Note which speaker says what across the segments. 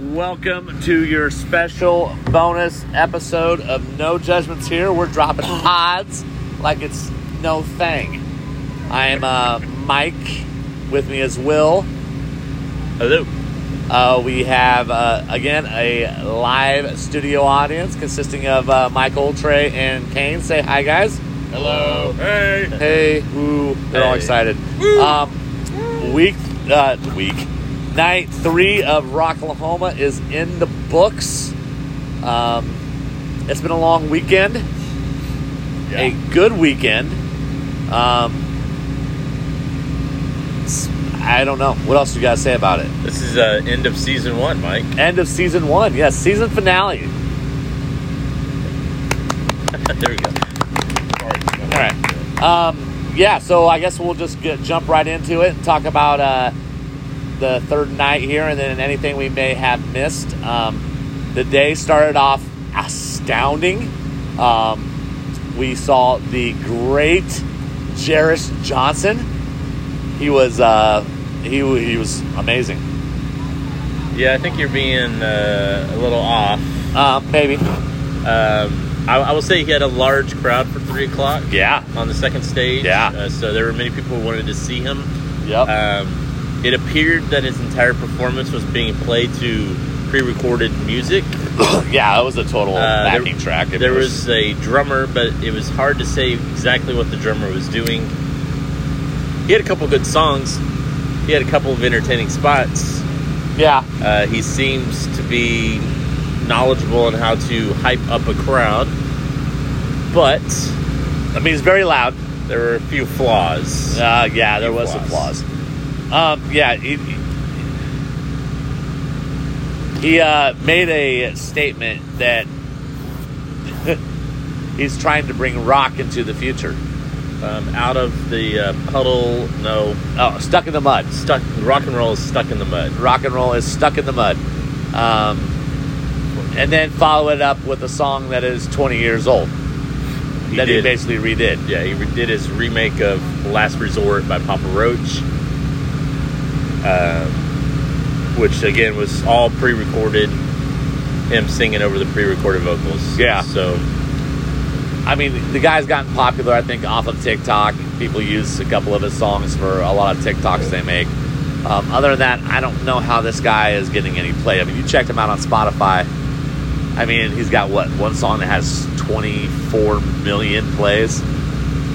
Speaker 1: Welcome to your special bonus episode of No Judgments here. We're dropping odds like it's no thing. I am uh, Mike. With me is Will.
Speaker 2: Hello.
Speaker 1: Uh, we have, uh, again, a live studio audience consisting of uh, Michael, Trey, and Kane. Say hi, guys.
Speaker 2: Hello. Hey.
Speaker 1: Hey, woo. They're all
Speaker 2: Hey.
Speaker 1: excited. Um, week, uh, week, night three of Rocklahoma is in the books. Um, it's been a long weekend, a good weekend. Um, s- I don't know. What else you guys say about it?
Speaker 2: This is uh, end of season one, Mike.
Speaker 1: End of season one. Yes, season finale.
Speaker 2: there we go.
Speaker 1: All right. Um, yeah, so I guess we'll just get, jump right into it and talk about uh, the third night here and then anything we may have missed. Um, the day started off astounding. Um, we saw the great Jarris Johnson. He was uh, he, wa- he was amazing.
Speaker 2: Yeah, I think you're being uh, a little off.
Speaker 1: Uh, maybe.
Speaker 2: Um, I, I will say he had a large crowd for three o'clock
Speaker 1: Yeah.
Speaker 2: on the second stage.
Speaker 1: Yeah.
Speaker 2: Uh, so there were many people who wanted to see him.
Speaker 1: Yep.
Speaker 2: Um, it appeared that his entire performance was being played to pre-recorded music.
Speaker 1: yeah, it was a total
Speaker 2: uh, there-
Speaker 1: backing track. It
Speaker 2: There was a drummer, but it was hard to say exactly what the drummer was doing. He had a couple good songs. He had a couple of entertaining spots.
Speaker 1: yeah.
Speaker 2: Uh, he seems to be knowledgeable on how to hype up a crowd, but
Speaker 1: I mean, it's very loud.
Speaker 2: there were a few flaws.
Speaker 1: Uh, yeah, there was
Speaker 2: Applause.
Speaker 1: applause. Um, yeah, he, he uh, made a statement that he's trying to bring rock into the future.
Speaker 2: Um, out of the uh, puddle, no,
Speaker 1: Oh, stuck in the mud.
Speaker 2: stuck. Rock and roll is stuck in the mud.
Speaker 1: Rock and roll is stuck in the mud. Um, and then follow it up with a song that is 20 years old
Speaker 2: He
Speaker 1: that he
Speaker 2: did-
Speaker 1: basically redid.
Speaker 2: Yeah, he did his remake of Last Resort by Papa Roach, um, which again was all pre-recorded. Him singing over the pre-recorded vocals.
Speaker 1: Yeah.
Speaker 2: So
Speaker 1: I mean, the guy's gotten popular, I think, off of TikTok. People use a couple of his songs for a lot of TikToks they make. Um, other than that, I don't know how this guy is getting any play. I mean, you checked him out on Spotify. I mean, he's got what one song that has 24 million plays.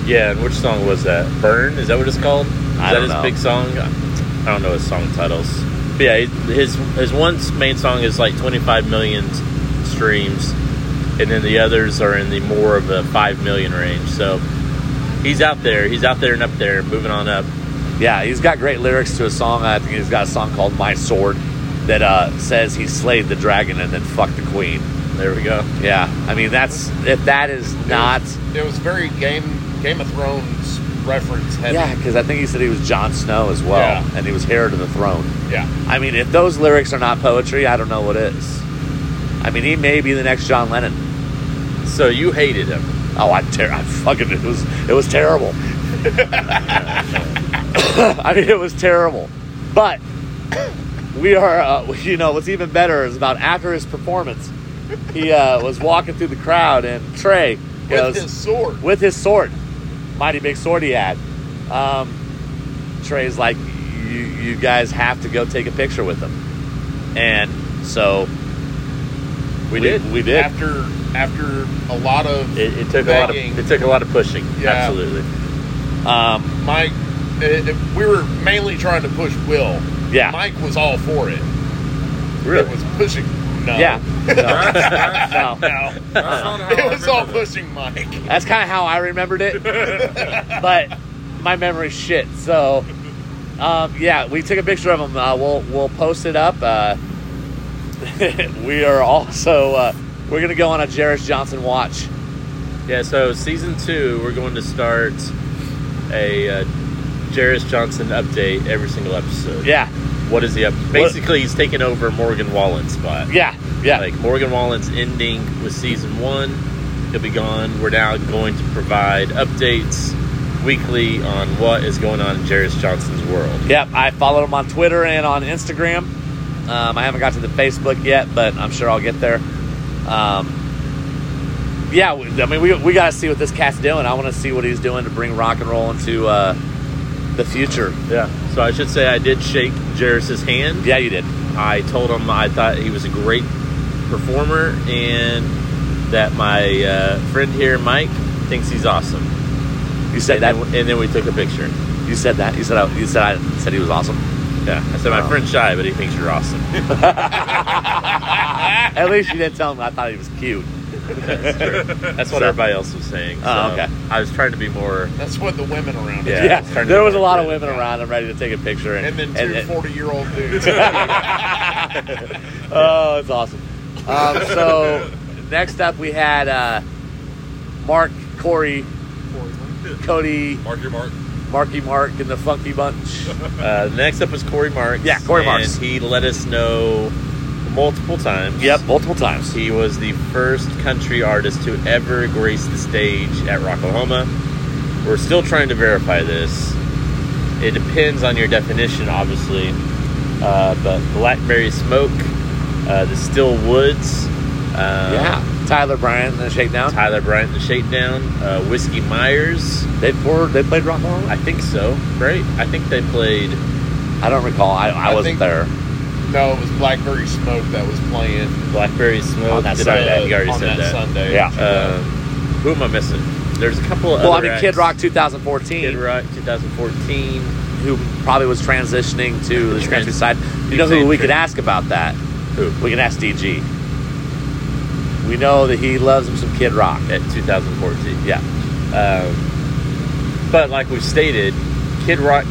Speaker 2: yeah, and which song was that? Burn? Is that what it's called? Is
Speaker 1: I
Speaker 2: that
Speaker 1: don't
Speaker 2: his
Speaker 1: know.
Speaker 2: big song? I don't know his song titles. But yeah, his his one main song is like 25 million streams, and then the others are in the more of a five million range. So he's out there. He's out there and up there, moving on up.
Speaker 1: Yeah, he's got great lyrics to a song. I think he's got a song called "My Sword" that uh, says he slayed the dragon and then fucked the queen.
Speaker 2: There we go.
Speaker 1: Yeah, I mean that's if that is not.
Speaker 3: It was very Game Game of Thrones reference heavy.
Speaker 1: Yeah, because I think he said he was Jon Snow as well,
Speaker 3: Yeah.
Speaker 1: and he was heir to the throne.
Speaker 3: Yeah.
Speaker 1: I mean, if those lyrics are not poetry, I don't know what is. I mean, he may be the next John Lennon.
Speaker 2: So you hated him.
Speaker 1: Oh, I, ter- I fucking it was it was terrible. I mean, it was terrible. But we are, uh, you know, what's even better is about after his performance, he uh, was walking through the crowd, and Trey
Speaker 3: With
Speaker 1: goes
Speaker 3: his sword.
Speaker 1: with his sword, mighty big sword he had. Um, Trey's like, you, you guys have to go take a picture with him, and so
Speaker 2: We did.
Speaker 1: We did.
Speaker 3: After after a lot of
Speaker 2: It, it took a
Speaker 3: Begging.
Speaker 2: lot of it took a lot of pushing.
Speaker 3: Yeah.
Speaker 2: Absolutely.
Speaker 1: Um,
Speaker 3: Mike, it, it- we were mainly trying to push Will.
Speaker 1: yeah,
Speaker 3: Mike was all for it. It was pushing. No.
Speaker 1: yeah. No. no.
Speaker 3: No. it was all pushing Mike.
Speaker 1: That's kind of how I remembered it, but my memory's shit. So, um, yeah, we took a picture of him. Uh, we'll we'll post it up. Uh, we are also uh, we're gonna go on a Jarris Johnson watch.
Speaker 2: Yeah. So season two, we're going to start a uh, Jarris Johnson update every single episode.
Speaker 1: Yeah,
Speaker 2: What is he up? Basically, he's taking over Morgan Wallen's spot.
Speaker 1: yeah, yeah.
Speaker 2: Like Morgan Wallen's ending with season one. He'll be gone. We're now going to provide updates weekly on what is going on in Jarris Johnson's world.
Speaker 1: Yep, I followed him on Twitter and on Instagram. Um, I haven't got to the Facebook yet, but I'm sure I'll get there. Um, yeah, we- I mean, we, we got to see what this cat's doing. I want to see what he's doing to bring rock and roll into uh, the future.
Speaker 2: Yeah. So I should say I did shake Jairus's hand.
Speaker 1: Yeah, you did.
Speaker 2: I told him I thought he was a great performer and that my uh, friend here, Mike, thinks he's awesome.
Speaker 1: You said
Speaker 2: and,
Speaker 1: that.
Speaker 2: then, and then we took a picture.
Speaker 1: You said that. You said I, you said I said he was awesome.
Speaker 2: Yeah. I said, my
Speaker 1: Wow.
Speaker 2: friend's shy, but he thinks you're awesome.
Speaker 1: At least you didn't tell him I thought he was cute.
Speaker 2: That's, true. That's what
Speaker 1: So-
Speaker 2: everybody else was saying.
Speaker 1: Oh,
Speaker 2: so
Speaker 1: okay.
Speaker 2: I was trying to be more.
Speaker 3: That's what the women around
Speaker 2: Yeah,
Speaker 1: Yeah,
Speaker 3: us do.
Speaker 2: it's starting to
Speaker 1: there was a
Speaker 2: work,
Speaker 1: lot of
Speaker 2: yeah.
Speaker 1: women around. I'm ready to take a picture. And,
Speaker 3: And then two
Speaker 1: and-
Speaker 3: 40 year old dudes.
Speaker 1: oh, it's awesome. Um, so next up, we had uh, Mark, Corey, Cody,
Speaker 4: Mark your mark.
Speaker 1: Marky Mark, and the Funky Bunch.
Speaker 2: Uh, next up was Corey Marks.
Speaker 1: Yeah, Corey Marks.
Speaker 2: And he let us know multiple times.
Speaker 1: Yep, multiple times.
Speaker 2: He was the first country artist to ever grace the stage at Rocklahoma. We're still trying to verify this. It depends on your definition, obviously. Uh, but Blackberry Smoke, uh, The Still Woods, uh,
Speaker 1: yeah, Tyler Bryan and the Shakedown.
Speaker 2: Tyler Bryant, The Shakedown, uh, Whiskey Myers.
Speaker 1: They poured. They played rock and roll.
Speaker 2: I think so, right? I think they played.
Speaker 1: I don't recall. I, I,
Speaker 3: I
Speaker 1: wasn't
Speaker 3: think-
Speaker 1: there.
Speaker 3: no, it was Blackberry Smoke that was playing
Speaker 2: Blackberry Smoke.
Speaker 1: On that
Speaker 2: Did
Speaker 1: Sunday.
Speaker 2: I, I think I already
Speaker 3: on
Speaker 2: said that.
Speaker 3: Sunday.
Speaker 1: Yeah.
Speaker 2: Um, who am I missing? There's a couple of
Speaker 1: Well, I
Speaker 2: other
Speaker 1: mean, Kid
Speaker 2: acts.
Speaker 1: Rock 2014,
Speaker 2: Kid Rock 2014.
Speaker 1: who probably was transitioning to the
Speaker 2: Trans-
Speaker 1: countryside. You
Speaker 2: keep
Speaker 1: know who
Speaker 2: saying
Speaker 1: we
Speaker 2: trans-
Speaker 1: could ask about that?
Speaker 2: Who?
Speaker 1: We can ask DG. We know that he loves him some Kid Rock.
Speaker 2: At 2014.
Speaker 1: Yeah.
Speaker 2: Um, but like we've stated, Kid Rock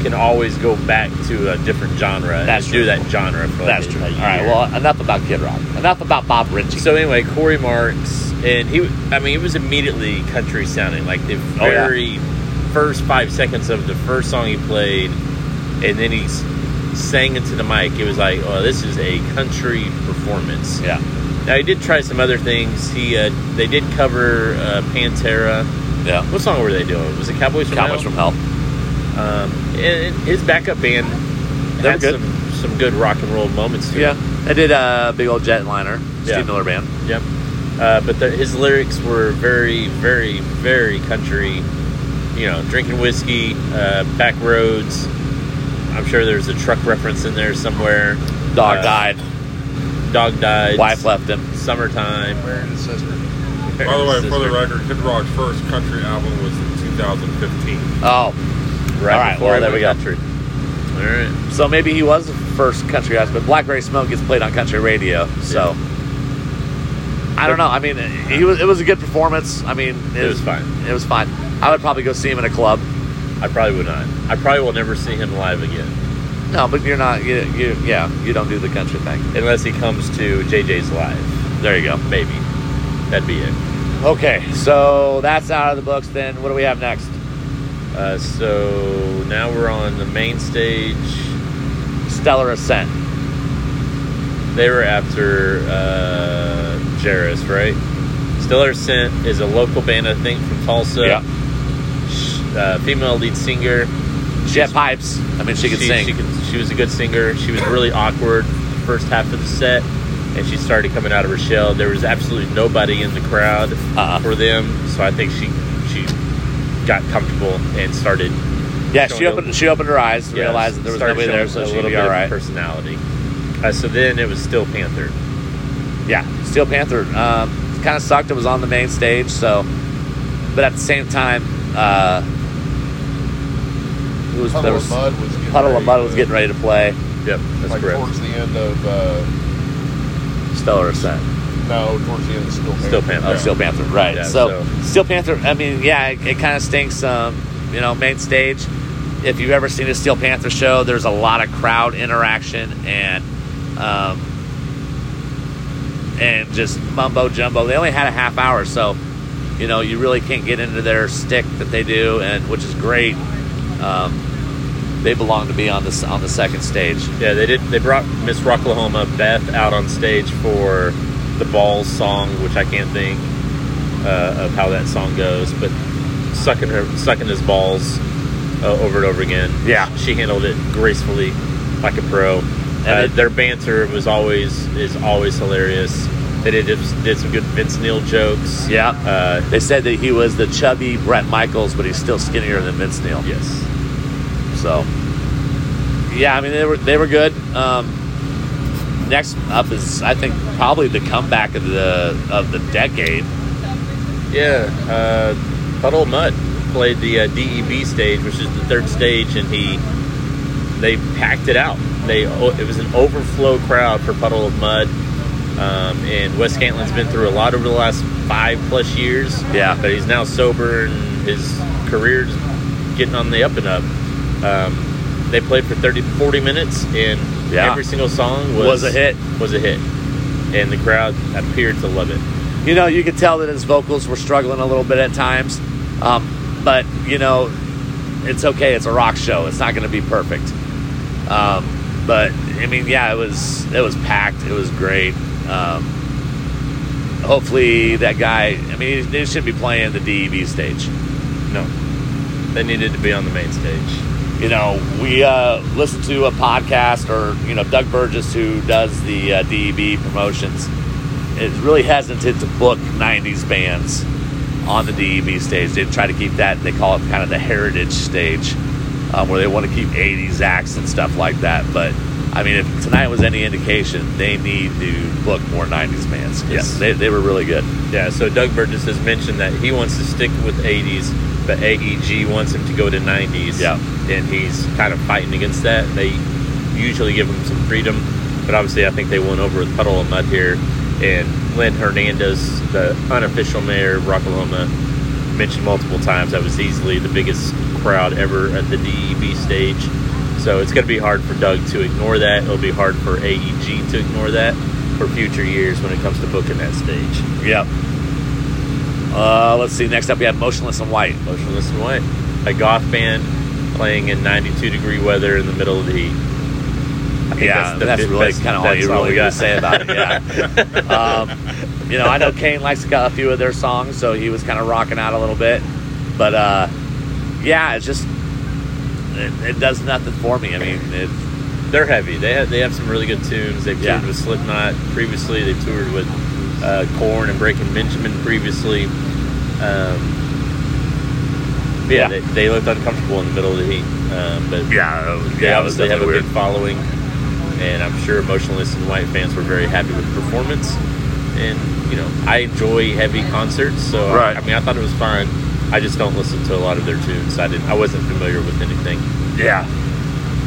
Speaker 2: can always go back to a different genre. and
Speaker 1: That's
Speaker 2: do
Speaker 1: true.
Speaker 2: that genre. For like
Speaker 1: That's
Speaker 2: a-
Speaker 1: true.
Speaker 2: a
Speaker 1: All
Speaker 2: year.
Speaker 1: right. Well, enough about Kid Rock. Enough about Bob Ritchie.
Speaker 2: So anyway, Corey Marks, and he, I mean, it was immediately country sounding. Like the
Speaker 1: Oh, yeah.
Speaker 2: very first five seconds of the first song he played, and then he s- sang into the mic. It was like, oh, this is a country performance.
Speaker 1: yeah.
Speaker 2: Now he did try some other things. He, uh, they did cover uh, Pantera.
Speaker 1: Yeah.
Speaker 2: What song were they doing? Was it Cowboys from
Speaker 1: Cowboys
Speaker 2: Hell?
Speaker 1: from Hell.
Speaker 2: Um, and and his backup band
Speaker 1: They were
Speaker 2: had
Speaker 1: good.
Speaker 2: some some good rock and roll moments. to it.
Speaker 1: Yeah. They did a uh, big old jetliner.
Speaker 2: Yeah.
Speaker 1: Steve Miller Band.
Speaker 2: Yep. Uh, but the, his lyrics were very, very, very country. You know, drinking whiskey, uh, back roads. I'm sure there's a truck reference in there somewhere.
Speaker 1: Dog
Speaker 2: Uh,
Speaker 1: died.
Speaker 2: Dog died.
Speaker 1: Wife left him.
Speaker 2: Summertime.
Speaker 3: Wearing his sister.
Speaker 4: By the way, for the
Speaker 2: Sister.
Speaker 4: record, Kid Rock's first country album was in 2015.
Speaker 1: Oh.
Speaker 2: Right
Speaker 1: All right,
Speaker 2: before
Speaker 1: well,
Speaker 2: I
Speaker 1: there
Speaker 2: went
Speaker 1: we go.
Speaker 2: Country. All right.
Speaker 1: So maybe he was the first country artist, but Blackberry Smoke gets played on country radio. So I don't know. I mean, he was, it was a good performance. I mean,
Speaker 2: It was fine.
Speaker 1: It was fine. I would probably go see him in a club.
Speaker 2: I probably would not. I probably will never see him live again
Speaker 1: No, but you're not. You, you yeah, you don't do the country thing.
Speaker 2: unless he comes to JJ's live.
Speaker 1: There you go.
Speaker 2: Maybe that'd be it.
Speaker 1: Okay, so that's out of the books. Then what do we have next?
Speaker 2: Uh, so now we're on the main stage.
Speaker 1: Stellar Ascent.
Speaker 2: They were after uh, Jairus, right? Stellar Scent is a local band, I think, from Tulsa.
Speaker 1: Yeah.
Speaker 2: Sh- Uh, female lead singer.
Speaker 1: She had pipes. I mean, she could sing.
Speaker 2: She, could- she was a good singer. She was really awkward the first half of the set, and she started coming out of her shell. There was absolutely nobody in the crowd
Speaker 1: Uh-uh.
Speaker 2: uh, for them, so I think she she got comfortable and started
Speaker 1: yeah,
Speaker 2: showing
Speaker 1: she opened.
Speaker 2: a-
Speaker 1: She opened her eyes,
Speaker 2: yeah,
Speaker 1: realized that there was
Speaker 2: started
Speaker 1: nobody there,
Speaker 2: showing
Speaker 1: so
Speaker 2: a
Speaker 1: she'd
Speaker 2: little
Speaker 1: be
Speaker 2: bit
Speaker 1: all
Speaker 2: of
Speaker 1: right.
Speaker 2: personality. Uh, so then it was still Panther.
Speaker 1: yeah, Steel Panther. Um, kind of sucked. It was on the main stage, so. But at the same time, uh, it was
Speaker 3: Puddle
Speaker 1: there was
Speaker 3: of Mud was getting
Speaker 1: puddle of
Speaker 3: ready
Speaker 1: mud
Speaker 3: to-
Speaker 1: was getting ready to play
Speaker 2: Yep, that's
Speaker 3: like
Speaker 2: correct.
Speaker 3: towards the end of uh,
Speaker 1: Stellar Ascent.
Speaker 3: no, towards the end of Still
Speaker 2: Still
Speaker 3: Panther.
Speaker 2: Panther.
Speaker 1: Oh, Steel Panther, right?
Speaker 2: Yeah,
Speaker 1: so,
Speaker 2: so-
Speaker 1: Steel Panther. I mean, yeah, it, it kind of stinks. Um, you know, main stage. If you've ever seen a Steel Panther show, there's a lot of crowd interaction and um, and just mumbo jumbo. They only had a half hour, so you know you really can't get into their stick that they do, and which is great. Um, they belong to be on this on the second stage.
Speaker 2: Yeah, they did. They brought Miss Rocklahoma Beth out on stage for the Balls song, which I can't think uh, of how that song goes, but sucking her, sucking his balls uh, over and over again.
Speaker 1: Yeah.
Speaker 2: she handled it gracefully, like a pro.
Speaker 1: And
Speaker 2: Uh,
Speaker 1: it-
Speaker 2: their banter was always is always hilarious. They did did some good Vince Neil jokes.
Speaker 1: yeah.
Speaker 2: Uh,
Speaker 1: They said that he was the chubby Brett Michaels, but he's still skinnier than Vince Neil.
Speaker 2: yes.
Speaker 1: So, yeah, I mean they were they were good. Um, next up is I think probably the comeback of the of the decade.
Speaker 2: Yeah, uh, Puddle Mutt played the uh, DEB stage, which is the third stage, and he they packed it out. They o- it was an overflow crowd for Puddle of Mud, um, and Wes Cantlin's been through a lot over the last five plus years.
Speaker 1: Yeah.
Speaker 2: but he's now sober and his career's getting on the up and up. Um, they played for 30, 40 minutes, and
Speaker 1: Yeah.
Speaker 2: every single song was,
Speaker 1: Was a hit.
Speaker 2: Was a hit, and the crowd appeared to love it.
Speaker 1: You know, you could tell that his vocals were struggling a little bit at times, um, but you know, it's okay. It's a rock show. It's not going to be perfect. Um, but I mean, yeah, it was it was packed. It was great. Um, hopefully, that guy. I mean, they shouldn't be playing the DEB stage.
Speaker 2: No. They needed to be on the main stage.
Speaker 1: you know, we uh, listen to a podcast or, you know, Doug Burgess, who does the uh, DEB promotions, is really hesitant to book 90s bands on the DEB stage. They try to keep that, they call it kind of the heritage stage, um, where they want to keep 80s acts and stuff like that. But, I mean, if tonight was any indication, they need to book more 90s bands. 'cause
Speaker 2: Yes.
Speaker 1: They, they were really good.
Speaker 2: Yeah, so Doug Burgess has mentioned that he wants to stick with 80s, but AEG wants him to go to 90s.
Speaker 1: Yeah.
Speaker 2: And he's kind of fighting against that. They usually give him some freedom, but obviously I think they went over with Puddle of Mud here. And Lynn Hernandez, the unofficial mayor of Rocklahoma, mentioned multiple times that was easily the biggest crowd ever at the DEB stage. So it's going to be hard for Doug to ignore that. It'll be hard for AEG to ignore that for future years when it comes to booking that stage.
Speaker 1: Yep. Uh, let's see. Next up, we have Motionless and White.
Speaker 2: Motionless and White, a goth band playing in 92 degree weather in the middle of the heat. I think
Speaker 1: yeah,
Speaker 2: the
Speaker 1: that's,
Speaker 2: bit-
Speaker 1: really
Speaker 2: that's-
Speaker 1: kind of all
Speaker 2: that's
Speaker 1: you really
Speaker 2: we
Speaker 1: got to say about it. Yeah. um, you know, I know Kane likes a few of their songs, so he was kind of rocking out a little bit. But uh, yeah, it's just it, it does nothing for me. I mean, it,
Speaker 2: They're heavy. They have they have some really good tunes. They've toured
Speaker 1: Yeah.
Speaker 2: with Slipknot previously. They've toured with uh, Korn and Breaking Benjamin previously. Um,
Speaker 1: Yeah.
Speaker 2: yeah, They, they looked uncomfortable in the middle of the heat. Um, but
Speaker 1: yeah,
Speaker 2: They obviously have a
Speaker 1: weird.
Speaker 2: big following, and I'm sure emotionless and white fans were very happy with the performance. And you know, I enjoy heavy concerts, so I-
Speaker 1: Right.
Speaker 2: I, mean, I thought it was fine. I just don't listen to a lot of their tunes. I didn't. I wasn't familiar with anything.
Speaker 1: Yeah.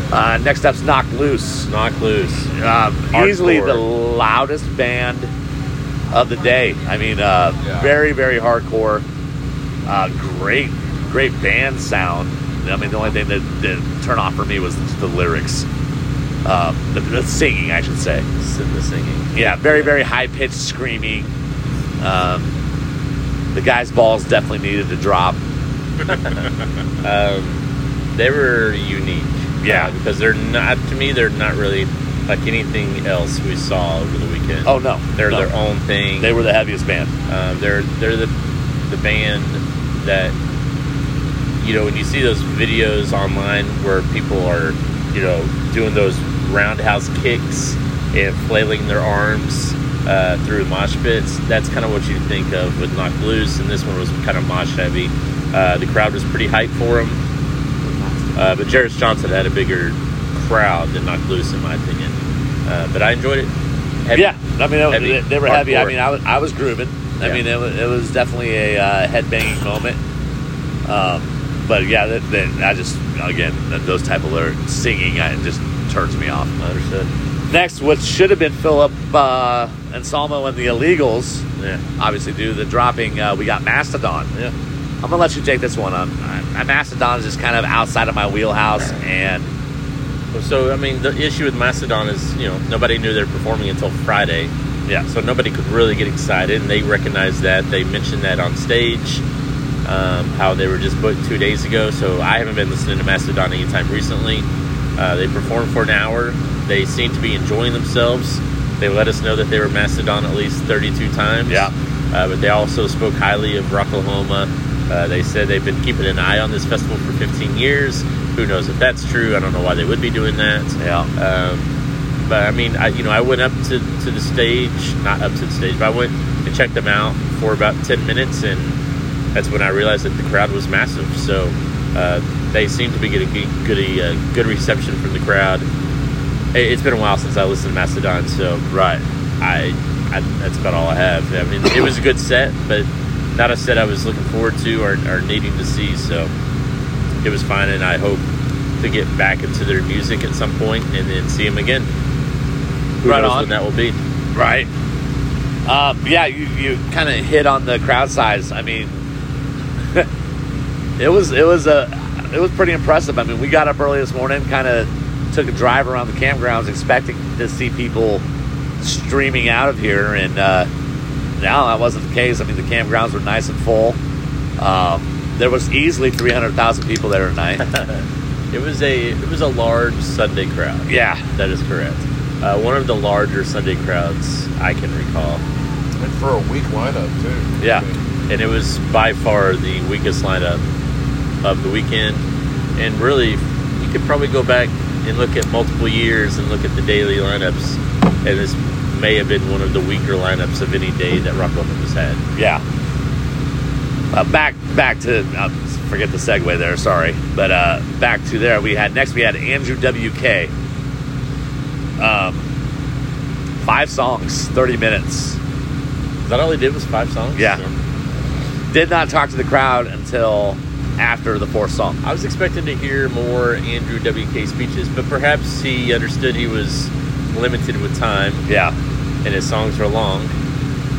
Speaker 1: Uh, next up's Knock Loose.
Speaker 2: Knock loose.
Speaker 1: Um, easily the
Speaker 2: Hardcore.
Speaker 1: loudest band of the day. I mean, uh,
Speaker 4: Yeah.
Speaker 1: very, very hardcore. Uh, great, great band sound. I mean, the only thing that did turn off for me was the lyrics, uh, the, the singing, I should say.
Speaker 2: s- The singing.
Speaker 1: Yeah, very, very high pitched screaming. Um, the guy's balls definitely needed to drop.
Speaker 2: Um, they were unique.
Speaker 1: Yeah.
Speaker 2: uh, because they're not. To me, they're not really like anything else we saw over the weekend.
Speaker 1: Oh no,
Speaker 2: they're
Speaker 1: no.
Speaker 2: their own thing.
Speaker 1: They were the heaviest band.
Speaker 2: Um, they're they're the the band that you know when you see those videos online where people are you know doing those roundhouse kicks and flailing their arms uh, through mosh pits. That's kind of what you think of with Knock Loose, and this one was kind of mosh heavy. Uh, the crowd was pretty hyped for him, uh, but Jarvis Johnson had a bigger crowd than Knock Loose, in my opinion. Uh, but I enjoyed it. Heavy-
Speaker 1: yeah, I mean, it-
Speaker 2: heavy,
Speaker 1: they, they were heavy. I
Speaker 2: hardcore.
Speaker 1: mean, I was, I was grooving. I
Speaker 2: Yeah.
Speaker 1: mean, it was, it was definitely a uh, headbanging moment. Um, but yeah, that, that, I just again that- those type of lyric singing I, it just turns me off.
Speaker 2: Understood.
Speaker 1: Next, what should have been Philip uh, and Salmo and the Illegals,
Speaker 2: Yeah.
Speaker 1: obviously due to the dropping, uh, we got Mastodon.
Speaker 2: Yeah.
Speaker 1: I'm gonna let you take this one. on. I, I, Mastodon is just kind of outside of my wheelhouse, and
Speaker 2: So I mean, the issue with Mastodon is you know nobody knew they were performing until Friday,
Speaker 1: yeah,
Speaker 2: so nobody could really get excited, and they recognized that. They mentioned that on stage, um, how they were just booked two days ago. So I haven't been listening to Mastodon anytime recently. Uh, they performed for an hour. They seemed to be enjoying themselves. They let us know that they were Mastodon at least 32 times.
Speaker 1: Yeah.
Speaker 2: Uh, but they also spoke highly of Rocklahoma. Uh, they said they've been keeping an eye on this festival for 15 years. Who knows if that's true? I don't know why they would be doing that.
Speaker 1: yeah.
Speaker 2: Um, But I mean, I you know I went up to to the stage, not up to the stage, but I went and checked them out for about ten minutes, and that's when I realized that the crowd was massive. So uh, they seem to be getting good good, uh, good reception from the crowd. It, it's been a while since I listened to Mastodon, so right, I, I that's about all I have. I mean, it was a good set, but not a set I was looking forward to or, or needing to see. So it was fine, and I hope to get back into their music at some point and then see them again. Who
Speaker 1: Right
Speaker 2: knows
Speaker 1: on.
Speaker 2: when that will be?
Speaker 1: Right. Um, yeah, you, you kind of hit on the crowd size. I mean, it was it was a it was pretty impressive. I mean, we got up early this morning, kind of took a drive around the campgrounds, expecting to see people streaming out of here, and uh, no, that wasn't the case. I mean, the campgrounds were nice and full. Um, there was easily three hundred thousand people there tonight.
Speaker 2: It was a it was a large Sunday crowd.
Speaker 1: yeah,
Speaker 2: That is correct. Uh, one of the larger Sunday crowds I can recall,
Speaker 3: And for a weak lineup too.
Speaker 1: Yeah.
Speaker 2: and it was by far the weakest lineup of the weekend. And really, you could probably go back and look at multiple years and look at the daily lineups, and this may have been one of the weaker lineups of any day that Rock Open has had.
Speaker 1: yeah. Uh, back back to uh, forget the segue there. Sorry, but uh, back to there. We had next. We had Andrew WK. Um, five songs, thirty minutes.
Speaker 2: Is that all he did was five songs?
Speaker 1: Yeah. Did not talk to the crowd until after the fourth song.
Speaker 2: I was expecting to hear more Andrew WK speeches, but perhaps he understood he was limited with time
Speaker 1: Yeah.
Speaker 2: and his songs were long.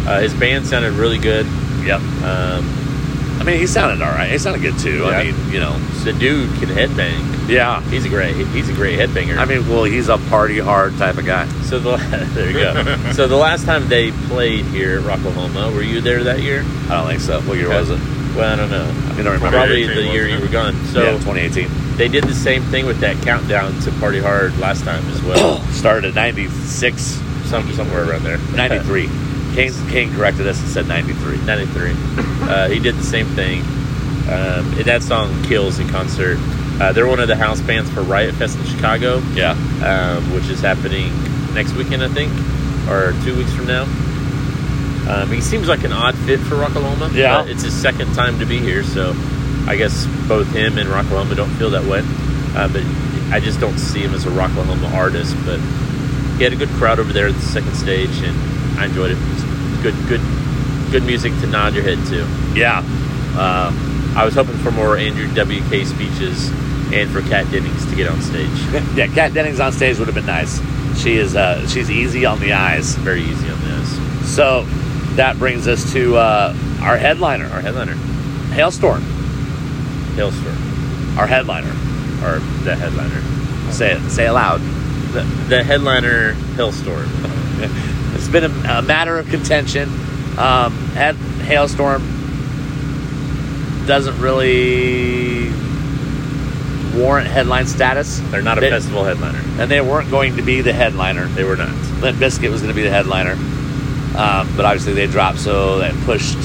Speaker 2: Uh, his band sounded really good.
Speaker 1: Yep.
Speaker 2: Um,
Speaker 1: I mean, he sounded all right. He sounded good too. I
Speaker 2: Yeah.
Speaker 1: mean, you know.
Speaker 2: the dude can headbang.
Speaker 1: Yeah.
Speaker 2: He's a great he's a great headbanger.
Speaker 1: I mean, well, he's a party hard type of guy.
Speaker 2: so the there you go. so the last time they played here at Rocklahoma, were you there that year?
Speaker 1: I don't think so. What year was it?
Speaker 2: Well, I don't know.
Speaker 1: I don't remember.
Speaker 2: Probably
Speaker 4: 2018,
Speaker 2: the year
Speaker 4: wasn't
Speaker 2: you
Speaker 4: it?
Speaker 2: were gone. So
Speaker 1: yeah, 2018.
Speaker 2: they did the same thing with that countdown to Party Hard last time as well.
Speaker 1: Started at 96.
Speaker 2: Some, somewhere around there. Uh,
Speaker 1: 93. Kane, Kane corrected us and said 93.
Speaker 2: 93. Uh, he did the same thing. Um, and that song kills in concert. Uh, they're one of the house bands for Riot Fest in Chicago,
Speaker 1: Yeah.
Speaker 2: um, which is happening next weekend, I think, or two weeks from now. Um, he seems like an odd fit for Rockaloma.
Speaker 1: Yeah.
Speaker 2: It's his second time to be here, so I guess both him and Rockaloma don't feel that way. Uh, but I just don't see him as a Rockaloma artist. But he had a good crowd over there at the second stage, and I enjoyed it. It's good, good, good music to nod your head to.
Speaker 1: Yeah.
Speaker 2: Um, I was hoping for more Andrew WK speeches and for Kat Dennings to get on stage.
Speaker 1: Yeah, Kat Dennings on stage would have been nice. She is uh, she's easy on the eyes.
Speaker 2: Very easy on this.
Speaker 1: So that brings us to uh, our headliner,
Speaker 2: Our
Speaker 1: our
Speaker 2: headliner,
Speaker 1: hailstorm,
Speaker 2: Hailstorm,
Speaker 1: our headliner.
Speaker 2: or the headliner.
Speaker 1: Say it, say it loud.
Speaker 2: The, the headliner, Hailstorm.
Speaker 1: It's been a, a matter of contention. Um, at hailstorm doesn't really warrant headline status,
Speaker 2: They're not a
Speaker 1: They-
Speaker 2: festival headliner.
Speaker 1: and they weren't going to be the headliner.
Speaker 2: They were not.
Speaker 1: Limp Biscuit was going to be the headliner, um, but obviously they dropped, so that pushed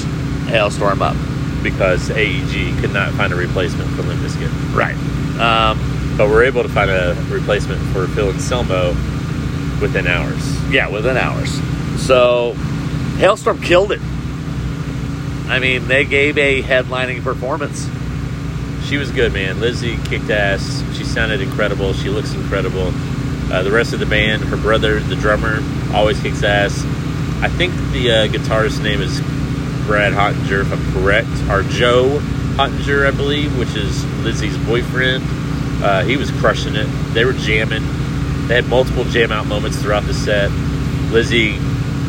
Speaker 1: Hailstorm up.
Speaker 2: Because AEG could not find a replacement for Limp Bizkit.
Speaker 1: Right. Um,
Speaker 2: But we're able to find a replacement for Phil and Selmo within hours.
Speaker 1: yeah, within hours. So Hailstorm killed it. I mean, they gave a headlining performance.
Speaker 2: She was good, man. Lizzie kicked ass. She sounded incredible. She looks incredible. Uh, the rest of the band, her brother, the drummer, always kicks ass. I think the uh, guitarist's name is Brad Hottinger, if I'm correct, or Joe Hottinger, I believe, which is Lizzie's boyfriend. Uh, he was crushing it. They were jamming. They had multiple jam out moments throughout the set. Lizzie